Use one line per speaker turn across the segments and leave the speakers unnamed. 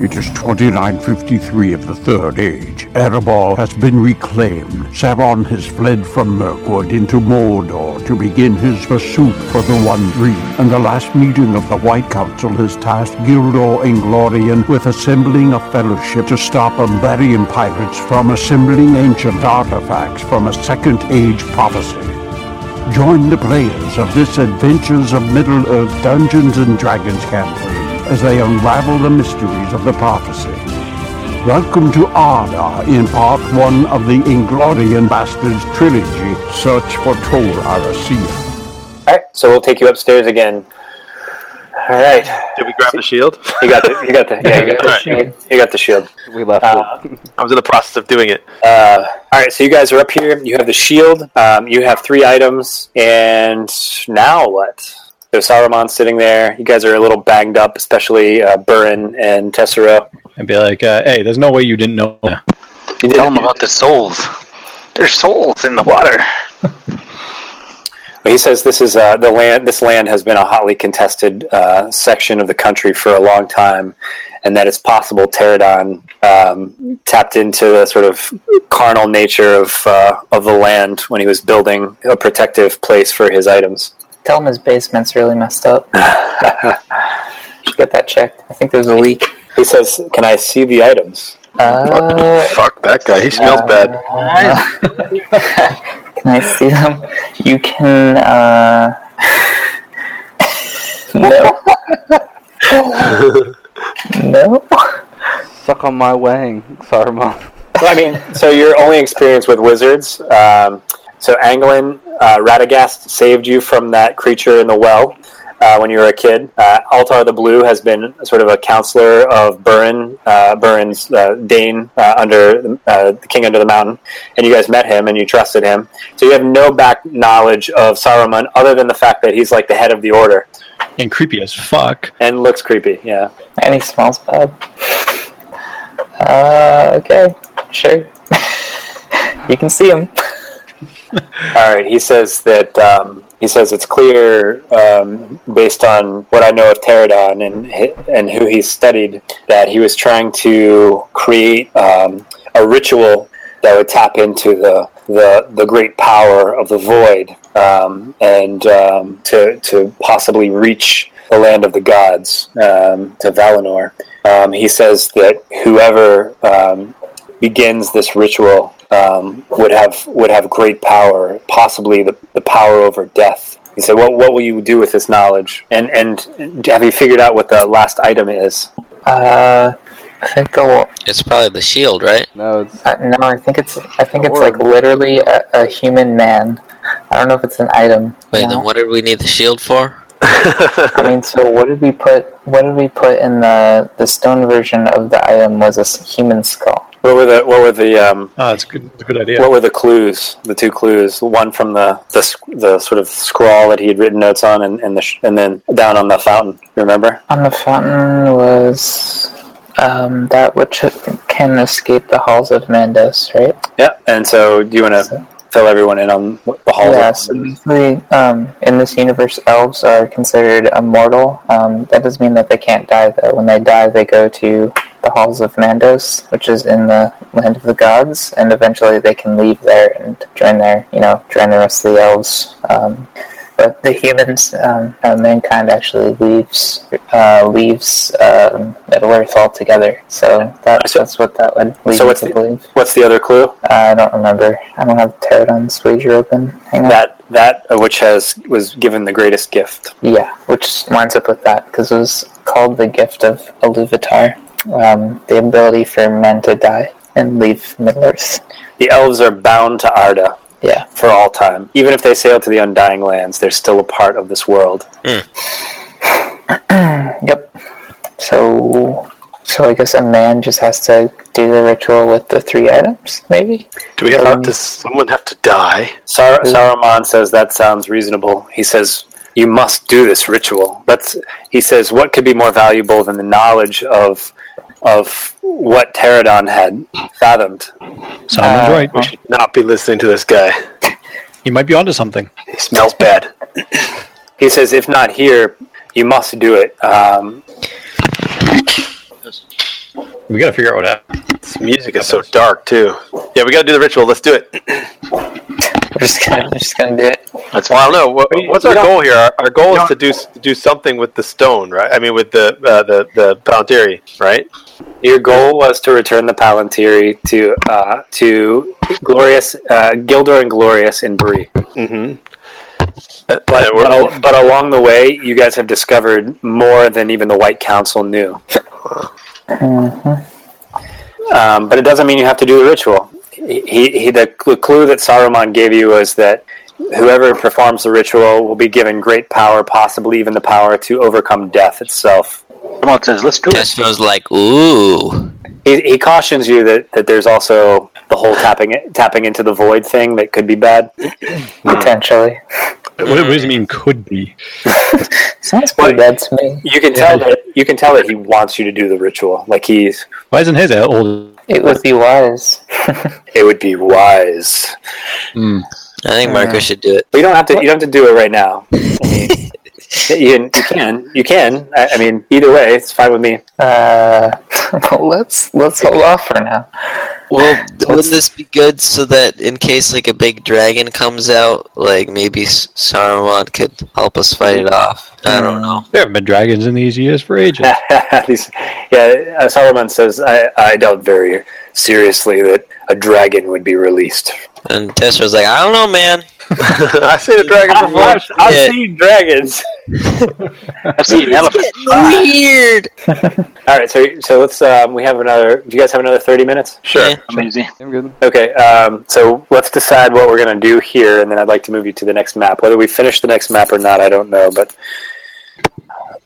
It is 2953 of the Third Age. Erebor has been reclaimed. Sauron has fled from Mirkwood into Mordor to begin his pursuit for the One Ring. And the last meeting of the White Council has tasked Gildor Inglorian with assembling a fellowship to stop Umbarian pirates from assembling ancient artifacts from a Second Age prophecy. Join the players of this Adventures of Middle Earth Dungeons and Dragons campaign as they unravel the mysteries of the prophecy. Welcome to Arda in part one of the Inglorian Bastards trilogy, Search for Tor Aracia.
All right, so we'll take you upstairs again. All right,
Did we grab the shield?
you got the, you got the, yeah, you got the, shield. you got the shield.
We left
Uh,
I was in the process of doing it.
Uh, all right, so you guys are up here. You have the shield. Um, you have three items, and now what? So Saruman's sitting there. You guys are a little banged up, especially uh, Burin and Tessero.
and be like, uh, "Hey, there's no way you didn't know." that."
Tell them about the souls. There's souls in the water.
He says this is uh, the land. This land has been a hotly contested uh, section of the country for a long time, and that it's possible Pterodon um, tapped into the sort of carnal nature of uh, of the land when he was building a protective place for his items.
Tell him his basement's really messed up. Should get that checked. I think there's a leak.
He says, "Can I see the items?"
Uh,
Fuck that guy. He smells bad.
can I see them? You can. Uh... no. no.
Suck on my wang, Saruman.
Well, I mean, so your only experience with wizards. Um, so Anglin, uh, Radagast saved you from that creature in the well uh, when you were a kid. Uh, Altar the Blue has been sort of a counselor of Burin, uh, Burin's uh, Dane uh, under uh, the King Under the Mountain, and you guys met him and you trusted him. So you have no back knowledge of Saruman other than the fact that he's like the head of the order
And creepy as fuck.
and looks creepy. Yeah.
And he smells bad. Uh, okay. Sure. you can see him.
All right. He says that um, he says it's clear um, based on what I know of Pterodon and hi- and who he studied that he was trying to create um, a ritual that would tap into the the, the great power of the void um, and um, to to possibly reach the land of the gods um, to Valinor. Um, he says that whoever um, begins this ritual um, would have would have great power, possibly the, the power over death. He said, "What what will you do with this knowledge? And and have you figured out what the last item is?
Uh, I think the wa-
It's probably the shield, right?
No, it's
Uh, no, I think it's I think it's
Or-
like literally a, a human man. I don't know if it's an item.
Wait,
No.
then what did we need the shield for?
I mean, so what did we put? What did we put in the the stone version of the item was a s- human skull.
What were the what were the um,
Ah, it's good. It's a good idea.
what were the clues? The two clues, the one from the the, s- the sort of scrawl that he had written notes on, and and, the sh- and then down on the fountain. You Remember?
On the fountain was um, that which can escape the halls of Mandos, right?
Yeah. And so, do you want to fill everyone in on what the halls?
yeah, so basically, um, in this universe, elves are considered immortal. Um, that doesn't mean that they can't die, though. When they die, they go to the halls of Mandos, which is in the land of the gods, and eventually they can leave there and join their, you know, join the rest of the elves. Um, but the humans, um, uh, mankind, actually leaves uh, leaves um, Middle Earth altogether. So that,
So-
that's what that would lead
So
you
what's
to
the-
believe.
What's the other clue?
Uh, I don't remember. I don't have Pterodon's wager open. Hang on.
That that uh, which has was given the greatest gift.
Yeah, which lines up with that because it was called the gift of Iluvatar, um, the ability for men to die and leave Middle Earth.
The elves are bound to Arda.
Yeah,
for all time. Even if they sail to the Undying Lands, they're still a part of this world.
yep. So, so I guess a man just has to do the ritual with the three items, maybe.
Do we
Um,
have to? Someone have to die?
Sar-
Mm.
Saruman says that sounds reasonable. He says you must do this ritual. Let's. He says what could be more valuable than the knowledge of of what Pterodon had fathomed.
Simon's
uh,
right.
We should not be listening to this guy.
He might be onto something.
He smells bad.
He says if not here, you must do it. Um,
We gotta figure out what happened.
This music is so dark too. Yeah, we gotta do the ritual. Let's do it.
We're just gonna, we're just gonna do it.
That's well, I don't know. What, what's our goal here? Our, our goal is to do to do something with the stone, right? I mean, with the uh, the the Palantiri, right?
Your goal was to return the Palantiri to uh, to glorious uh, Gildor and Glorious in Bree.
Mm-hmm.
But, but, al- but along the way, you guys have discovered more than even the White Council knew. um, but it doesn't mean you have to do the ritual. He, he, he- the cl- clue that Saruman gave you was that whoever performs the ritual will be given great power, possibly even the power to overcome death itself.
Someone says, let's do it.
Tess feels like, ooh.
He, he cautions you that, that there's also the whole tapping tapping into the void thing that could be bad.
Potentially.
Hmm. What, what does it mean? Could be.
Sounds pretty bad to me.
You can tell that you can tell that he wants you to do the ritual. Like he's
Why isn't his old?
It would be wise.
it would be wise.
I think Marcus should do it.
But you don't have to. You don't have to do it right now. I mean, you, you can. You can. I, I mean, either way, it's fine with me.
Uh, let's let's hold off for now.
Well, would this be good so that in case like a big dragon comes out, like maybe S- Saruman could help us fight it off? I don't know.
There haven't been dragons in these years for ages.
These- yeah, uh, Solomon says I, I doubt very seriously that a dragon would be released.
And Tess was like, I don't know, man.
I see the dragon
Ah,
before.
I've Yeah.
seen dragons.
I've seen an elephant.
Getting weird.
All right, so so let's. Um, we have another. Do you guys have another thirty minutes?
Sure.
Amazing.
I'm good.
Okay. Um, so let's decide what we're gonna do here, and then I'd like to move you to the next map. Whether we finish the next map or not, I don't know, but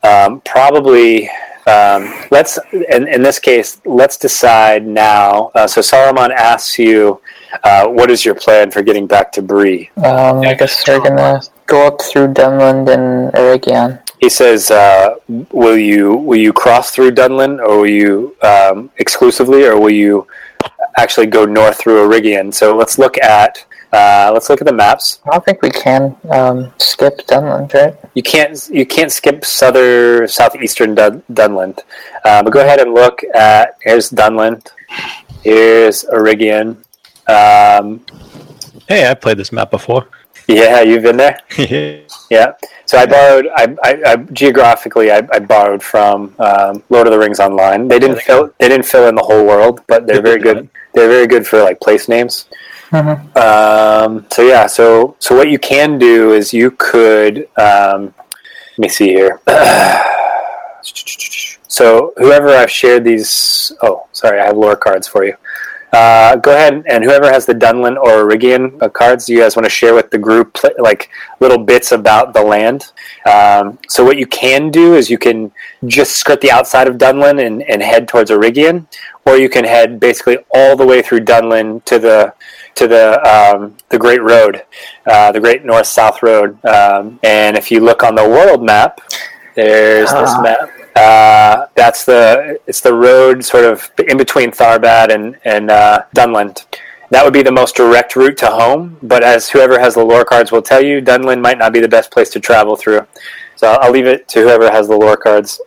um, probably um, let's in, in this case let's decide now uh, so saruman asks you uh, what is your plan for getting back to bree
Um, I guess we're gonna go up through Dunland and Eregion.
he says uh, will you will you cross through dunlin or will you um, exclusively or will you actually go north through Origion? so let's look at uh, let's look at the maps
I don't think we can um, skip Dunland, right?
You can't you can't skip southern southeastern Dun- Dunland, uh, but go ahead and look at here's Dunland, here's Origion. Um,
Hey, I played this map before.
yeah, you've been there. Yeah. So I borrowed I, I, I geographically I, I borrowed from um, Lord of the Rings Online. They didn't fill they didn't fill in the whole world, but they're very good. They're very good for like place names.
Mhm.
Um, so yeah, so so what you can do is you could um, let me see here. So whoever I've shared these, oh sorry, I have lore cards for you. Uh, go ahead and whoever has the Dunlin or Origian uh, cards, do you guys want to share with the group pl- like little bits about the land? Um, so what you can do is you can just skirt the outside of Dunlin and, and head towards Origian, or you can head basically all the way through Dunlin to the to the um, the Great Road, uh, the Great North South Road. Um, and if you look on the world map, there's this map. Uh, that's the it's the road sort of in between Tharbad and and uh, Dunland. That would be the most direct route to home. But as whoever has the lore cards will tell you, Dunland might not be the best place to travel through. So I'll leave it to whoever has the lore cards.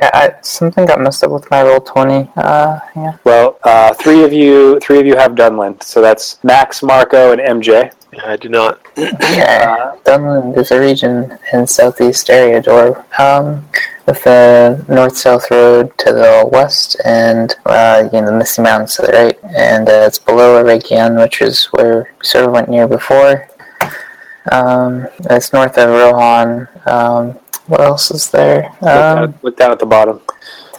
Yeah, I, something got messed up with my roll twenty. Uh, yeah.
Well, uh, three of you three of you have Dunland, so that's Max, Marco, and MJ.
I do not.
Yeah, Dunland is a region in southeast Eriador, um, with the north-south road to the west, and uh, you know the Misty Mountains to the right, and uh, it's below Eregion, which is where we sort of went near before. Um, it's north of Rohan. Um, what else is there? Um,
look, down, look down at the bottom.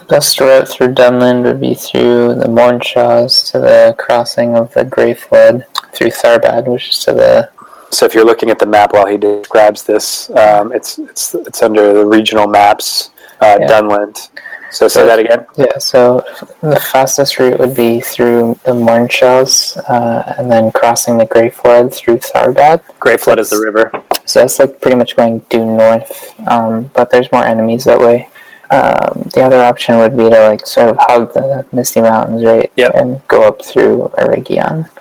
Best route through Dunland would be through the Mornshaws to the crossing of the Grey Flood through Tharbad, which is to the
So if you're looking at the map while he describes this, um, it's it's it's under the regional maps uh,
Yeah.
Dunland. So say that again.
yeah. So the fastest route would be through the Mornshaws uh, and then crossing the Grey Flood through Tharbad.
Great Flood is the river.
So that's like pretty much going due north, um, but there's more enemies that way. Um, the other option would be to like sort of hug the Misty Mountains, right?
Yep.
And go up through Eregion, which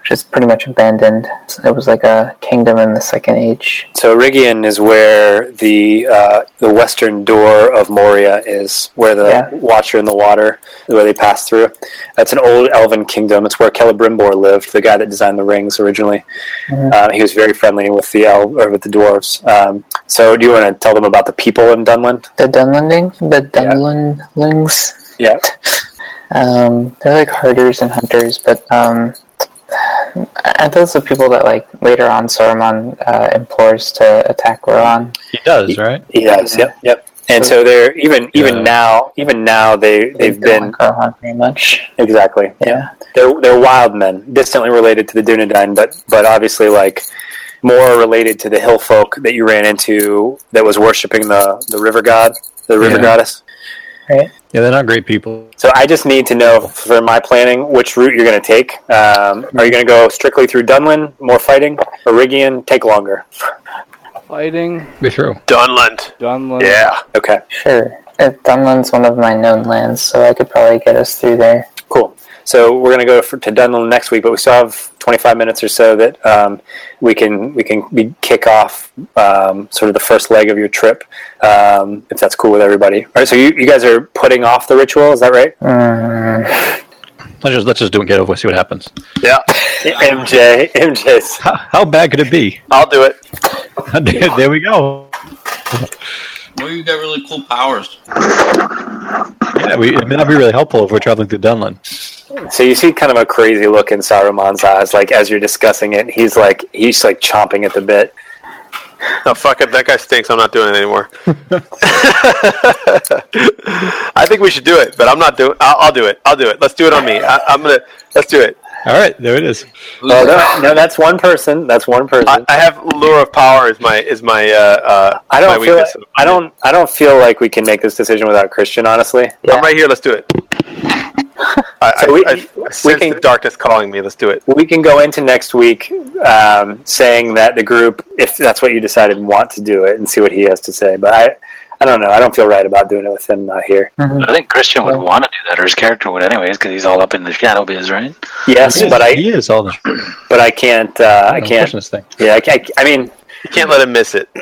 which is pretty much abandoned. It was like a kingdom in the Second Age.
So Rigian is where the uh, the western door of Moria is, where the
Yeah.
Watcher in the Water, where they pass through. That's an old elven kingdom. It's where Celebrimbor lived, the guy that designed the rings originally.
Mhm.
Uh, he was very friendly with the el- or with the dwarves. Um, so do you want to tell them about the people in Dunland?
The Dunlending? The Dunlendlings?
Yeah.
Um, they're like herders and hunters, but um, are those the people that like later on Saruman uh, implores to attack Rohan?
He does, right?
He does. Yep. Yep. And so they're even even
Yeah.
now even now they they've
They
been
don't like Rohan very much.
exactly
Yeah,
they're they're wild men, distantly related to the Dunedain, but but obviously like more related to the hill folk that you ran into that was worshiping the the river god, the river
Yeah.
goddess.
Yeah, they're not great people.
So I just need to know for my planning which route you're going to take. Um, are you going to go strictly through Dunlin, more fighting, or Rigian? Take longer.
Fighting
Be true.
Dunland.
Dunlin.
Yeah.
Okay,
sure. Uh, Dunland's one of my known lands, so I could probably get us through there.
cool. So we're going to go for, to Dunlin next week, but we still have 25 minutes or so that um, we can we can be kick off um, sort of the first leg of your trip, um, if that's cool with everybody. All right, so you, you guys are putting off the ritual, is that right?
Mm,
Let's just let's just do it. Get it over. with, See what happens.
MJ, MJ's.
How, how bad could it be?
I'll do it.
there there we go.
Well, you got really cool powers.
Yeah, we, I mean, that'd be really helpful if we're traveling through Dunlin.
So you see kind of a crazy look in Saruman's eyes, like as you're discussing it, he's like he's like chomping at the bit.
No, fuck it. That guy stinks. I'm not doing it anymore. I think we should do it, but I'm not doing. I'll, I'll do it. I'll do it. Let's do it on me. I, I'm gonna. Let's do it.
All right, there it is.
Who's
Oh no, no, that's one person. That's one person.
I, I have lure of power is my is my uh, uh
I
my
don't feel.
weakness.
I don't. I don't feel like we can make this decision without Christian. Honestly,
I'm right here. Let's do it. I,
So
I,
we-
I, I sense
can-
the darkness calling me. Let's do it.
we can go into next week um, saying that the group, if that's what you decided, want to do it, and see what he has to say. But I, I don't know. I don't feel right about doing it with him not here.
I think Christian would want to do that, or his character would, anyways, because he's all up in the shadow biz, right?
Yes,
He is-
but I,
he is all the
but I can't. Uh, I can't.
This thing.
Yeah, I, can't, I mean,
You can't let him miss it.
uh,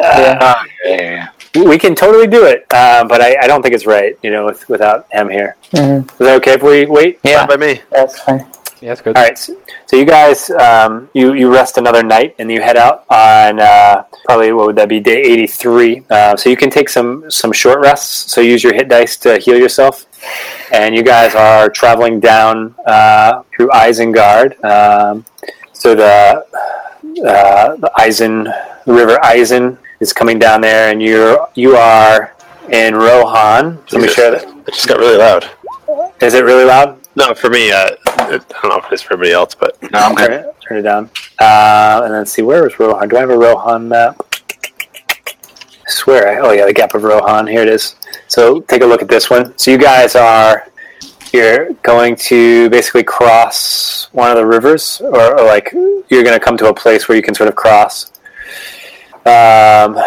Yeah, yeah, yeah.
we can totally do it, uh, but I, I don't think it's right. You know, with, without him here.
mm,
Is that okay if we wait?
yeah,
Not by me.
that's fine.
Yeah, it's good.
All right, so, so you guys, um, you you rest another night, and you head out on uh, probably what would that be day eighty three. Uh, so you can take some some short rests. So use your hit dice to heal yourself, and you guys are traveling down uh, through Isengard. Um, so the uh, the Eisen the River Eisen is coming down there, and you're you are in Rohan. Let me
Jesus.
share that.
It just got really loud.
Is it really loud?
No, for me, uh, I don't know if it's for everybody else, but
No, I'm
Turn
good.
it, turn it down. Uh, and then see, where was Rohan? Do I have a Rohan map? I swear, I, oh yeah, the Gap of Rohan. Here it is. So take a look at this one. So you guys are you're going to basically cross one of the rivers, or, or like you're going to come to a place where you can sort of cross. Um,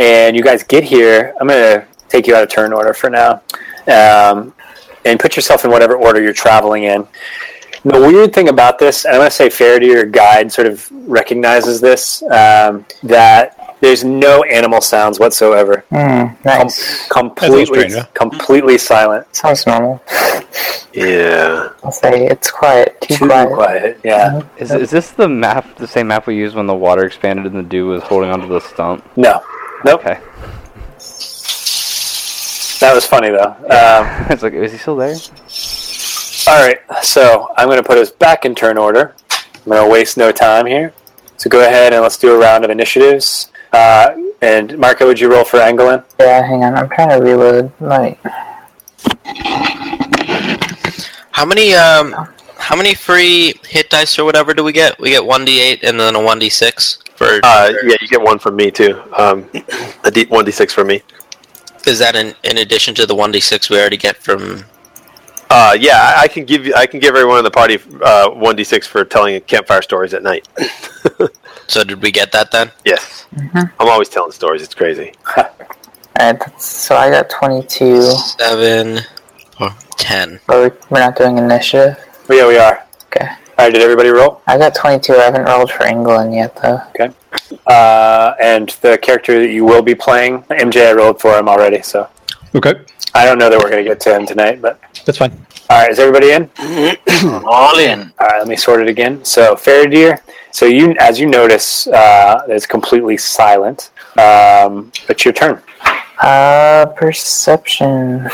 and you guys get here. I'm going to take you out of turn order for now, um, and put yourself in whatever order you're traveling in. The weird thing about this, and I'm going to say fair to your guide, sort of recognizes this um, that there's no animal sounds whatsoever.
Mm,
Com-
nice.
completely,
strange, huh?
completely silent.
Sounds normal.
yeah,
I'll say it's quiet, too,
Too
quiet. Uh-huh.
quiet. Yeah.
Is, is this the map, the same map we used when the water expanded and the dew was holding onto the stump?
No. Nope.
Okay.
That was funny though. Um,
it's like, is he still there?
all right. So I'm going to put us back in turn order. I'm going to waste no time here. So go ahead and let's do a round of initiatives. Uh, and Marco, would you roll for Angolan?
Yeah, hang on. I'm trying to reload my.
How many um how many free hit dice or whatever do we get? We get one D eight and then a one D six for
uh, yeah. You get one from me too. Um, a D one D six from me.
is that in, in addition to the one D six we already get from
Uh, yeah, I, I can give you. I can give everyone in the party uh, one D six for telling campfire stories at night.
so did we get that then?
Yes, I'm always telling stories. It's crazy.
Alright, that's- so I got 22.
Seven or ten.
But we're not doing initiative.
Oh, yeah, we are.
Okay.
All right, did everybody roll?
I got 22. I haven't rolled for England yet, though.
Okay. Uh, and the character that you will be playing, MJ, I rolled for him already, so
Okay,
I don't know that we're going to get to him tonight. But
that's fine.
all right, is everybody in?
All in.
All right, let me sort it again. So Faradir, so you as you notice, uh, it's completely silent. Um, it's your turn.
Uh, perception.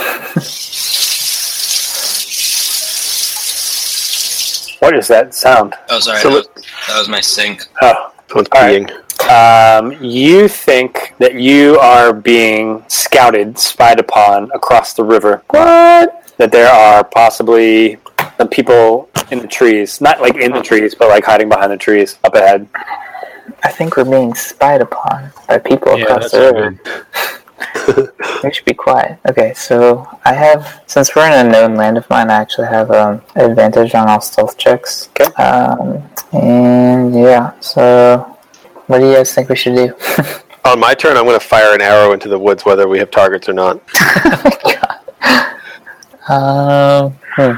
What is that sound?
Oh, sorry.
So
that, was, that was my sink.
Oh,
Someone's
All
peeing.
Um, you think that you are being scouted, spied upon across the river. What? That there are possibly some people in the trees, not like in the trees, but like hiding behind the trees up ahead.
I think we're being spied upon by people across the river. We should be quiet. Okay, so I have since we're in a known land of mine, I actually have um, advantage on all stealth checks.
Okay.
Um, and yeah, so what do you guys think we should do?
On my turn, I'm going to fire an arrow into the woods, whether we have targets or not.
um, hmm.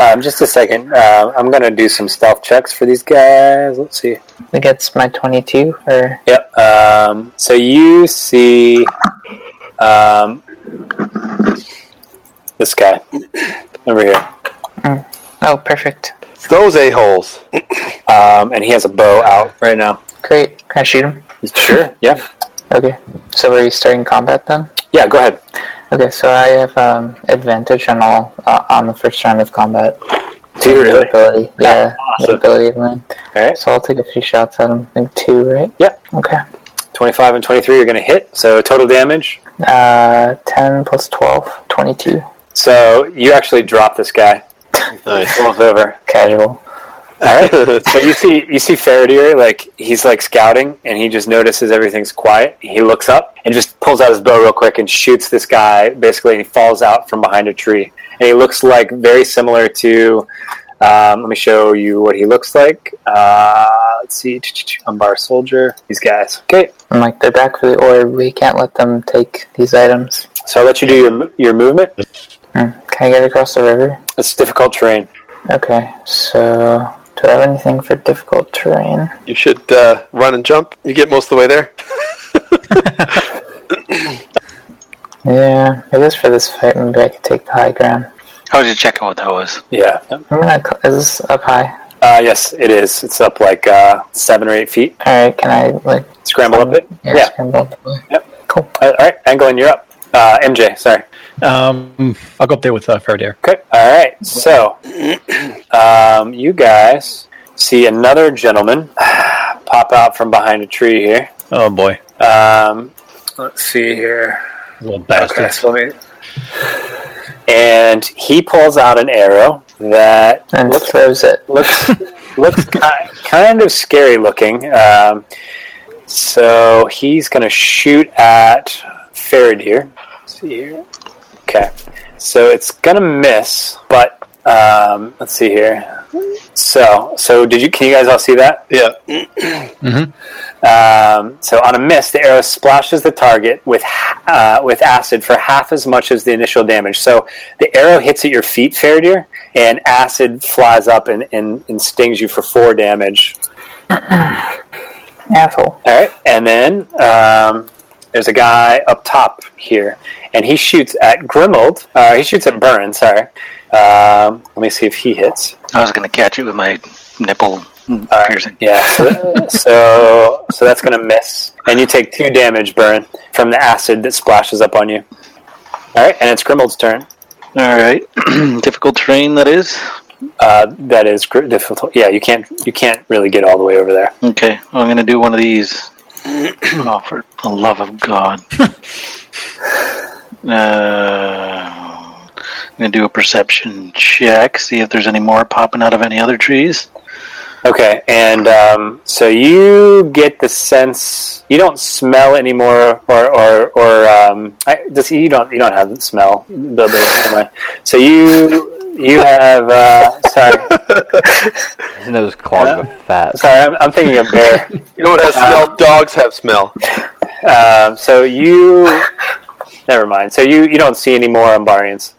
Um, just a second. Uh, I'm gonna do some stealth checks for these guys. Let's see.
I think it's my twenty-two, or
Yep. Um, so you see um, this guy over here,
oh, perfect,
Those a-holes.
um, and he has a bow out right now.
great. Can I shoot him?
Sure. Yeah.
Okay. So are you starting combat then?
Yeah. Go ahead.
Okay, so I have um, advantage on all uh, on the first round of combat.
Do you really?
Ability, yeah,
awesome.
ability of mine.
All right.
So I'll take a few shots at him. I think two, right?
Yeah.
Okay.
25 and 23 are going to hit. So total damage.
Uh, 10 plus 12, 22.
So you actually drop this guy.
Nice.
Rolls over.
Casual.
All right. so you see, you see Faradir, like he's like scouting, and he just notices everything's quiet. He looks up and just pulls out his bow real quick and shoots this guy. Basically, and he falls out from behind a tree, and he looks like very similar to. Um, let me show you what he looks like. Uh, let's see, Umbar soldier. These guys. Okay,
I'm like, they're back for the orb. We can't let them take these items.
so I'll let you do your your movement.
Hmm. Can I get across the river?
It's difficult terrain.
Okay, so do I have anything for difficult terrain?
You should uh, run and jump. You get most of the way there.
Yeah, I guess for this fight, maybe I could take the high ground.
I was just checking what that was.
Yeah.
I'm gonna, cl- is this up high?
Uh, yes, it is. It's up like uh, seven or eight feet.
Alright, can I, like,
Scramble up it.
yeah,
Yeah.
scramble up the way?
Yep.
Cool.
Uh, all right, Anglin, you're up. Uh, MJ, sorry.
Um, I'll go up there with uh, Faradir.
Okay. All right. So, um, you guys see another gentleman pop out from behind a tree here.
Oh boy,
Um, let's see here.
little bastard.
Okay, so let me- And he pulls out an arrow that
And
looks
throws it.
looks looks ki- kind of scary looking. Um, so he's going to shoot at Faradir. Let's see here. Okay, so it's going to miss, but um, let's see here. So, so did you? Can you guys all see that?
Yeah.
Um, so on a miss, the arrow splashes the target with uh, with acid for half as much as the initial damage. So the arrow hits at your feet, Faradir, and acid flies up and, and, and stings you for four damage.
Asshole.
All right, and then um, there's a guy up top here, and he shoots at Grimald. Uh, he shoots at Burn. Sorry. Um, let me see if he hits.
I was going to catch it with my nipple uh, piercing.
Yeah. So, so so that's gonna miss, and you take two damage burn from the acid that splashes up on you. All right, and it's Grimald's turn.
All right. Difficult terrain, that is.
Uh, that is gr- difficult. Yeah, you can't you can't really get all the way over there.
Okay. well, I'm going to do one of these. oh, for the love of God. uh, I'm going to do a perception check, see if there's any more popping out of any other trees.
Okay, and um, so you get the sense you don't smell anymore, or or or um, I, does he- you don't you don't have the smell. The, the, never mind. so you you have uh, sorry
His nose clogged with fat.
sorry I'm, I'm thinking of bear.
You know what has smell? Dogs have smell.
Um, so you, never mind. So you you don't see any more Umbarians.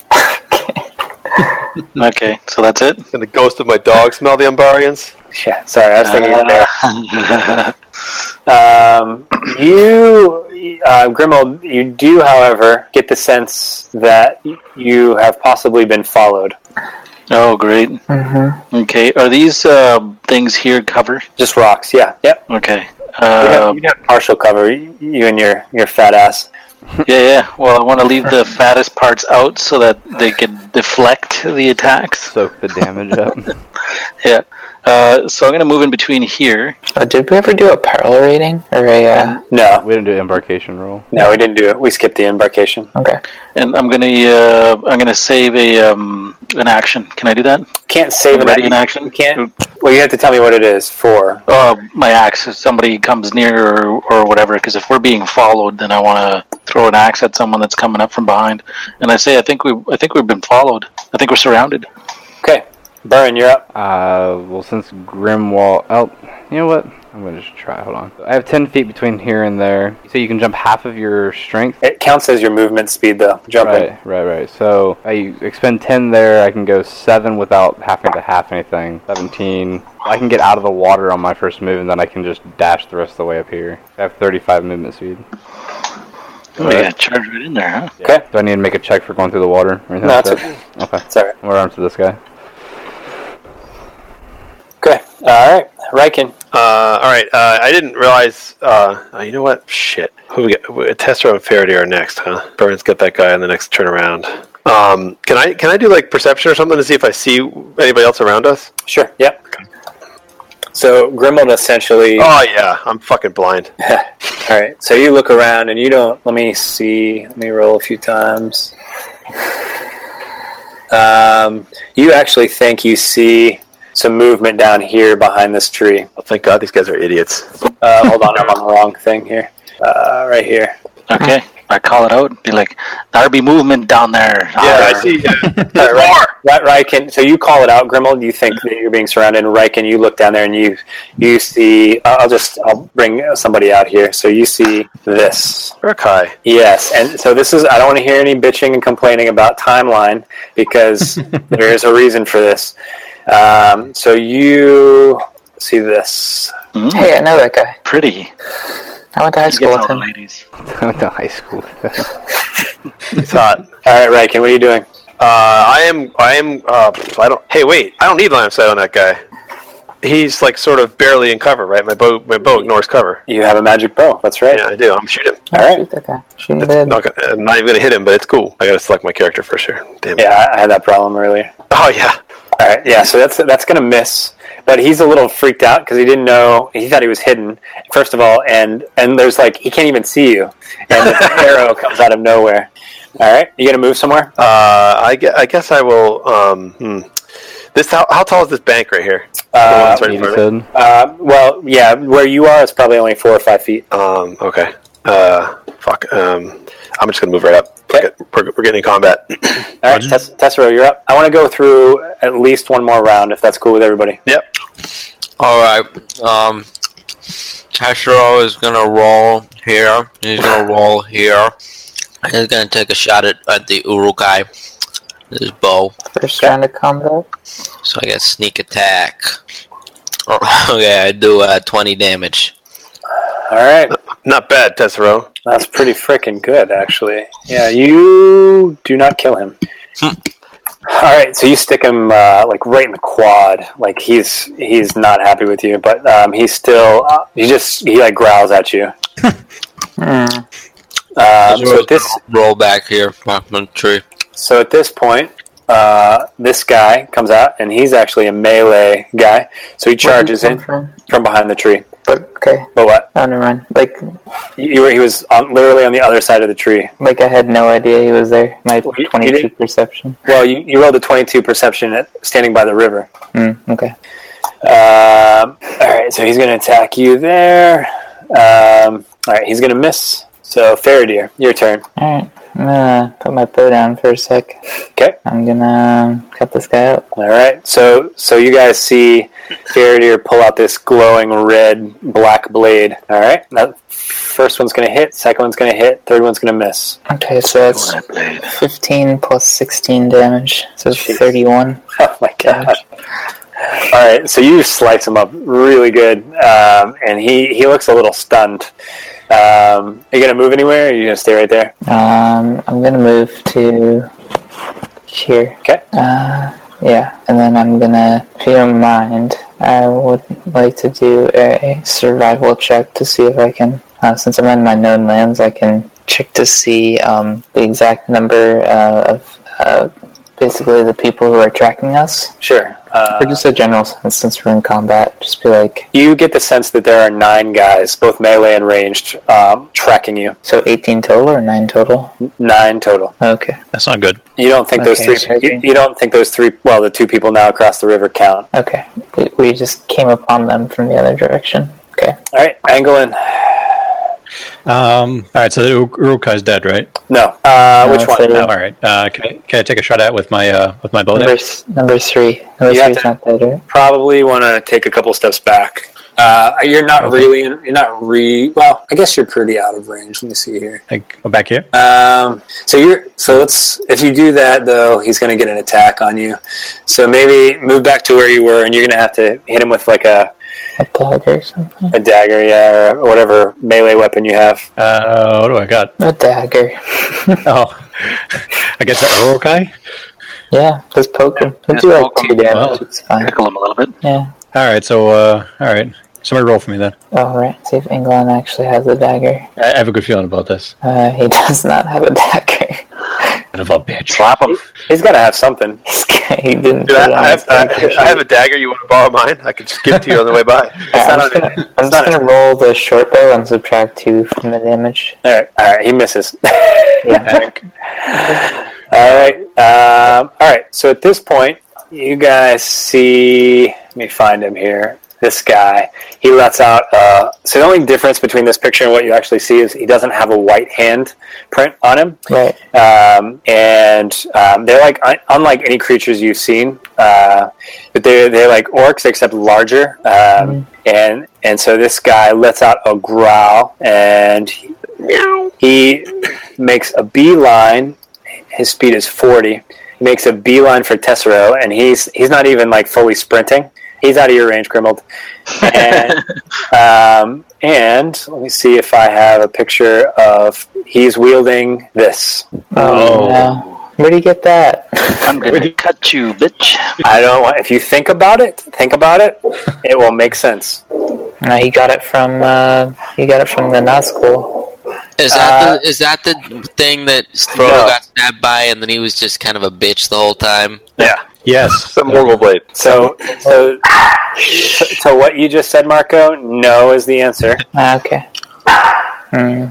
Okay, so that's it.
Can the ghost of my dog smell the Umbarians?
Yeah, sorry, I was thinking of there. Um,
Oh,
you, uh, Grimald, you do, however, get the sense that you have possibly been followed.
oh, great.
Mm-hmm.
Okay, are these uh, things here cover?
Just rocks, yeah, yep.
Okay.
You'd
Uh,
have, you'd have partial cover, you and your, your fat ass.
yeah, yeah. Well, I want to leave the fattest parts out so that they can deflect the attacks.
Soak the damage up.
Yeah. Uh, so I'm going to move in between here.
Uh, did we ever do a peril rating or a? Uh,
No,
We didn't do embarkation roll.
no, we didn't do it. We skipped the embarkation.
okay.
and I'm gonna uh, I'm gonna save a um, an action. Can I do that?
Can't save an
Ready
action.
in action?
You can't. Well, you have to tell me what it is for.
Uh, my axe. If somebody comes near or, or whatever, because if we're being followed, then I want to throw an axe at someone that's coming up from behind. And I say, I think we I think we've been followed. I think we're surrounded.
Okay, Burn, you're up.
Uh, well, since Grimwall, oh, you know what? I'm gonna just try. Hold on. I have 10 feet between here and there, so you can jump half of your strength.
It counts as your movement speed, though. Jumping.
Right, right, right. So I expend 10 there. I can go seven without having to half anything. 17. I can get out of the water on my first move, and then I can just dash the rest of the way up here. I have 35 movement speed.
Oh, yeah, charge right in there, huh?
Okay.
Do I need to make a check for going through the water? Or anything
No,
like
it's
that?
okay.
Okay.
It's all right.
We're armed to this guy.
Okay. All right. Riken.
Uh, all right. Uh, I didn't realize. Uh, oh, you know what? Shit. Who we got? we- Tester and Faraday are next, huh? Burns get that guy in the next turnaround. Um, can I can I do like perception or something to see if I see anybody else around us?
Sure. Yep. So Grimald essentially.
Oh yeah, I'm fucking blind.
All right. So you look around and you don't. Let me see. Let me roll a few times. Um, you actually think you see some movement down here behind this tree.
Oh, thank God these guys are idiots.
Uh, hold on, I'm on the wrong thing here. Uh, right here.
Uh-huh.
Okay. I call it out. Be like, there be movement down there. Ah,
Yeah, I see.
All right, Uh, Ry- Ry- Ryken, so you call it out, Grimmel. You think that you're being surrounded. and Ryken, you look down there and you you see. Uh, I'll just I'll bring somebody out here. So you see this.
Urkai.
Yes, and so this is. I don't want to hear any bitching and complaining about timeline because there is a reason for this. Um, so you see this.
Mm,
Hey, I know that guy.
pretty.
I went to high
You
school
get
with
all the
him.
ladies.
I went to high school.
He's hot.
All right, Ryken, what are you doing?
Uh, I am. I am. Uh, I don't. Hey, wait! I don't need line of sight on that guy. He's like sort of barely in cover, right? My bow. My bow ignores cover.
You have a magic bow. That's right.
Yeah, I do. I'm shooting.
All right.
Shoot that guy. Shoot him
It's
dead.
not gonna, I'm not even gonna hit him, but it's cool. I gotta select my character for sure. Damn. it.
Yeah, I- I had that problem earlier.
Oh yeah.
All right, yeah. So that's that's gonna miss. But he's a little freaked out because he didn't know. He thought he was hidden. First of all, and and there's like he can't even see you, and the arrow comes out of nowhere. All right, you gonna move somewhere?
Uh, I, gue- I guess I will. Um, hmm. This how, how tall is this bank right here? The one
Uh,
that's right in front of me?
said.
uh, well, yeah. Where you are, it's probably only four or five feet.
Um, okay. Uh, fuck. Um, I'm just gonna move right up. Fuck
Okay.
it. We're, we're getting in combat.
All right, Tess- Tessero, you're up. I want to go through at least one more round, if that's cool with everybody.
yep.
All right. Um, Tashiro is gonna roll here. He's gonna roll here. He's gonna take a shot at, at the Urukai. His bow.
First round of combat.
So I got sneak attack. Oh, okay, I do uh, 20 damage.
All right,
Not bad, Tessero.
that's pretty freaking good, actually. Yeah, you do not kill him. All right, so you stick him uh, like right in the quad. Like he's he's not happy with you, but um, he's still uh, he just he like growls at you.
Mm.
Um,
Just
so at this
roll back here, back from the tree.
So at this point, uh, this guy comes out, and he's actually a melee guy. So he charges
Where'd
in
he come
from behind the tree. But
from? Okay.
but what?
Oh, never mind. Like,
You were, he was on, literally on the other side of the tree.
like I had no idea he was there. My
Well, you- you
twenty-two
didn't-
perception.
Well, you, you rolled a twenty-two perception at standing by the river.
Mm, okay.
Um, all right, so he's going to attack you there. Um, all right, he's going to miss. So Faradir, your turn.
All right. I'm gonna put my bow down for a sec.
Okay.
I'm gonna cut this guy out.
All right, so so you guys see Faradir pull out this glowing red black blade. All right, that First one's going to hit, second one's going to hit, third one's going to miss.
Okay, so that's 15 plus 16 damage. So it's 31.
Oh my god. All right, so you slice him up really good, um, and he, he looks a little stunned. Um, are you going to move anywhere, or are you going to stay right there?
Um, I'm gonna move to here.
Okay.
Uh, yeah, and then I'm gonna, if you don't mind, I would like to do a survival check to see if I can, uh, since I'm in my known lands, I can check to see um, the exact number uh, of uh, basically the people who are tracking us.
Sure. Uh,
or just a general sense, since we're in combat, just be like,
you get the sense that there are nine guys, both melee and ranged, um, tracking you.
so 18 total or 9 total?
Nine total.
Okay.
That's not good.
You don't think those
Okay,
three?
so I
You,
think-
you don't think those three? Well, the two people now across the river count.
Okay. We, we just came upon them from the other direction. Okay.
All right, Anglin.
Um, all right, so Urukai's dead, right?
No. Uh, which
it's
one?
a-
Oh, all right. Uh, can, I, can I take a shot at with my uh, with my bow?
Number,
there?
s- number three. Number
You have
three's
to-
not dead, right?
Probably want to take a couple steps back. Uh, you're not
Okay.
really. You're not re. Well, I guess you're pretty out of range. Let me see here.
I go back here.
Um, so you're. So let's. If you do that though, he's going to get an attack on you. So maybe move back to where you were, and you're going to have to hit him with like a,
A dog or something?
a dagger, yeah, or whatever melee weapon you have.
Uh, what do I got?
A dagger.
Oh, I guess that Urukai.
Yeah, just poke him. We'll
Just
do like
poke him.
two damage.
Well.
It's fine.
Pickle him a little bit.
Yeah.
All right, so uh, all right, somebody roll for me then.
Alright, see if England actually has a dagger.
I I have a good feeling about this.
Uh, he does not have a dagger.
Son of a bitch.
Slap him.
He's got to have something.
This guy- he didn't.
Dude,
put
I,
it on
I,
his
have, I,
dagger
I have
sheet.
a dagger. You want to borrow mine? I can just give it to you on the way by.
Yeah, I'm
not
just
a-
gonna, I'm
not
just gonna roll the short bow and subtract two from the damage.
All right. All right. He misses.
Yeah.
All right. Um, all right. So at this point, you guys see. Let me find him here. This guy. He lets out. Uh, so the only difference between this picture and what you actually see is he doesn't have a white hand print on him,
Right.
um, and um, they're like un- unlike any creatures you've seen. Uh, but they're they're like orcs except larger. Um, And and so this guy lets out a growl and he, he makes a beeline. His speed is forty. He makes a beeline for Tessero, and he's he's not even like fully sprinting. He's out of your range, Grimald. And um, and let me see if I have a picture of he's wielding this.
Oh.
Oh.
no. Where'd he get that?
I'm gonna cut you, bitch.
I don't want. If you think about it, think about it, it will make sense.
No, he got it from uh, he got it from the Nazgul.
Is that
Uh,
the, is that the thing that Frodo
No.
got stabbed by, and then he was just kind of a bitch the whole time?
Yes.
Some Morgul blade.
So, so, so what you just said, Marco, no is the answer.
Ah, okay. Hmm.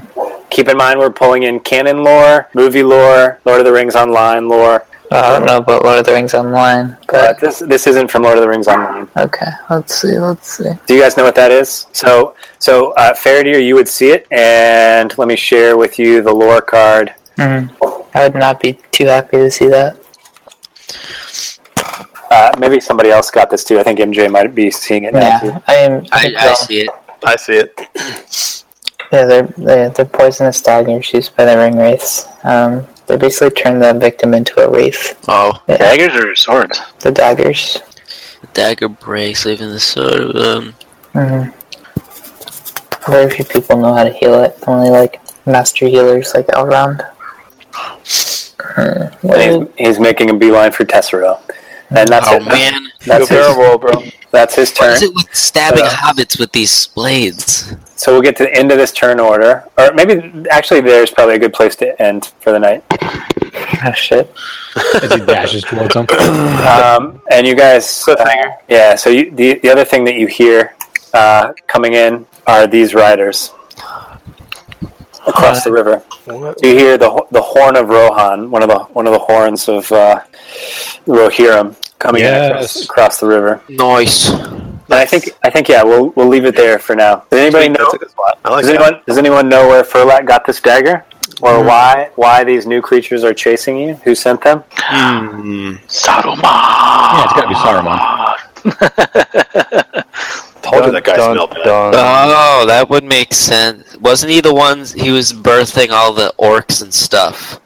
Keep in mind, we're pulling in canon lore, movie lore, Lord of the Rings Online lore.
Well, I don't know about Lord of the Rings Online,
But
but
this this isn't from Lord of the Rings Online.
okay. Let's see. Let's see.
Do you guys know what that is? So, so uh, Faradir, you would see it, and let me share with you the lore card.
Hmm. I would not be too happy to see that.
Uh, maybe somebody else got this too. I think MJ might be seeing it now too.
Yeah, I am.
I, I see it.
I see it.
Yeah, they're, they're, they're poisonous daggers used by the ring wraiths. Um, they basically turn the victim into a wraith.
Oh,
Daggers or swords?
The daggers.
dagger breaks, leaving the sword. Um,
hmm Very few people know how to heal it. Only like master healers like Elrond. Hmm, what
And
is-
he's, he's making a beeline for Tessero. And that's
oh
it.
man,
That's his, bro. That's his
what
turn.
is it with stabbing hobbits with these blades?
So we'll get to the end of this turn order, or maybe actually there's probably a good place to end for the night.
oh shit.
As he dashes towards him.
Um, and you guys, uh, yeah. So you, the the other thing that you hear uh, coming in are these riders across the river. You hear the ho- the horn of Rohan, one of the one of the horns of uh, Rohirrim coming in across,
Yes.
across the river.
Noise.
And I think I think yeah, we'll we'll leave it there for now. Does anybody know?
That's a good spot. I like
Does
that.
anyone does anyone know where Furlat got this dagger, or why why these new creatures are chasing you? Who sent them?
Saruman.
Yeah, it's got to be Saruman.
told you that guy
dun,
smelled bad.
dun.
Oh, that would make sense. Wasn't he the one? He was birthing all the orcs and stuff.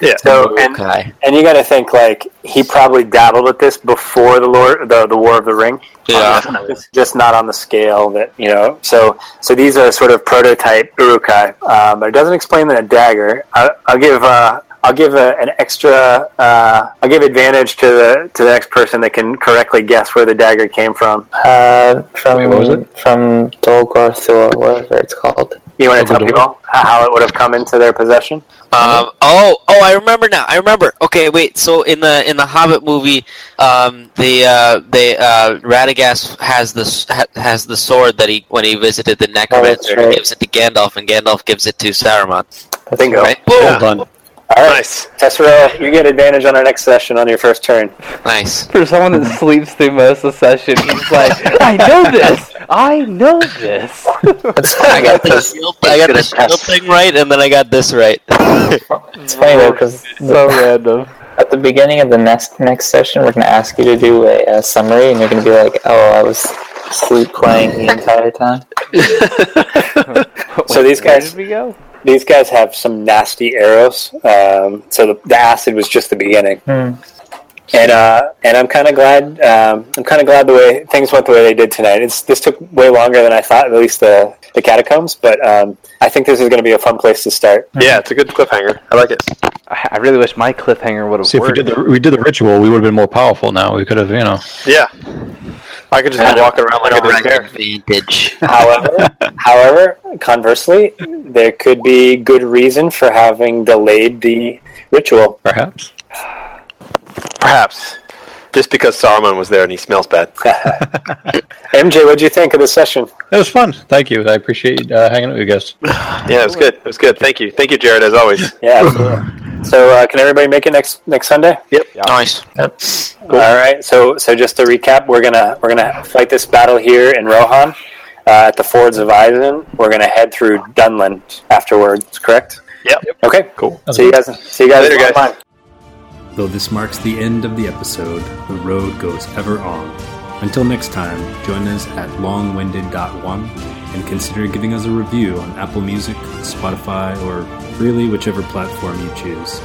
Yeah.
So and,
Oh, Okay.
and you got to think like he probably dabbled at this before the Lord, the the War of the Ring.
Yeah.
It's just not on the scale that you know. So, so these are sort of prototype urukai, um, but it doesn't explain the dagger. I, I'll give uh, I'll give a, an extra uh, I'll give advantage to the to the next person that can correctly guess where the dagger came from.
Uh, from
Wait, what was it?
from Dolgor Thor, whatever it's called.
You want to
Open
tell
door.
people how it would have come into their possession?
Um, oh, oh, I remember now. I remember. Okay, wait. So in the in the Hobbit movie, um, the uh, the uh, Radagast has the s- ha- has the sword that he when he visited the Necromancer he
right.
gives it to Gandalf, and Gandalf gives it to Saruman.
That's
Bingo.
right.
Boom!
Yeah.
Well done.
All right,
Nice.
Tessera, you get advantage on our next session on your first turn.
Nice.
For someone that sleeps through most of the session, he's like, I know this! I know this!
It's
I
funny
got the shield, I got the shield thing right, and then I got this right.
because
so random.
at the beginning of the next next session, we're going to ask you to do a, uh summary, and you're going to be like, "Oh, I was sleep playing the entire time."
So these
Where
guys-
did we go?
These guys have some nasty arrows. Um, so the, the acid was just the beginning.
Hmm.
And uh, and I'm kind of glad. Um, I'm kind of glad the way things went the way they did tonight. It's this took way longer than I thought. At least the the catacombs, but um, I think this is going to be a fun place to start.
Yeah, it's a good cliffhanger. I like it.
I I really wish my cliffhanger would have
See, if we
worked.
did the we did the ritual, we would have been more powerful. Now we could have, you know.
Yeah. I could just be walking around like I didn't care.
advantage.
However, however, conversely, there could be good reason for having delayed the ritual.
Perhaps.
Perhaps. Just because Saruman was there and he smells bad.
MJ, what'd you think of the session?
It was fun. Thank you. I appreciate uh, hanging out with you guys.
Yeah, it was good. It was good. Thank you. Thank you, Jared, as always.
Yeah. absolutely. so, uh, can everybody make it next next Sunday?
Nice.
All right. So so just to recap, we're gonna we're gonna fight this battle here in Rohan uh, at the Fords of Isen. We're gonna head through Dunland afterwards. Correct?
Yep.
Okay.
Cool.
See you guys. See you guys
Later, guys.
online.
Though this marks the end of the episode, the road goes ever on. Until next time, join us at longwinded.one and consider giving us a review on Apple Music, Spotify, or really whichever platform you choose.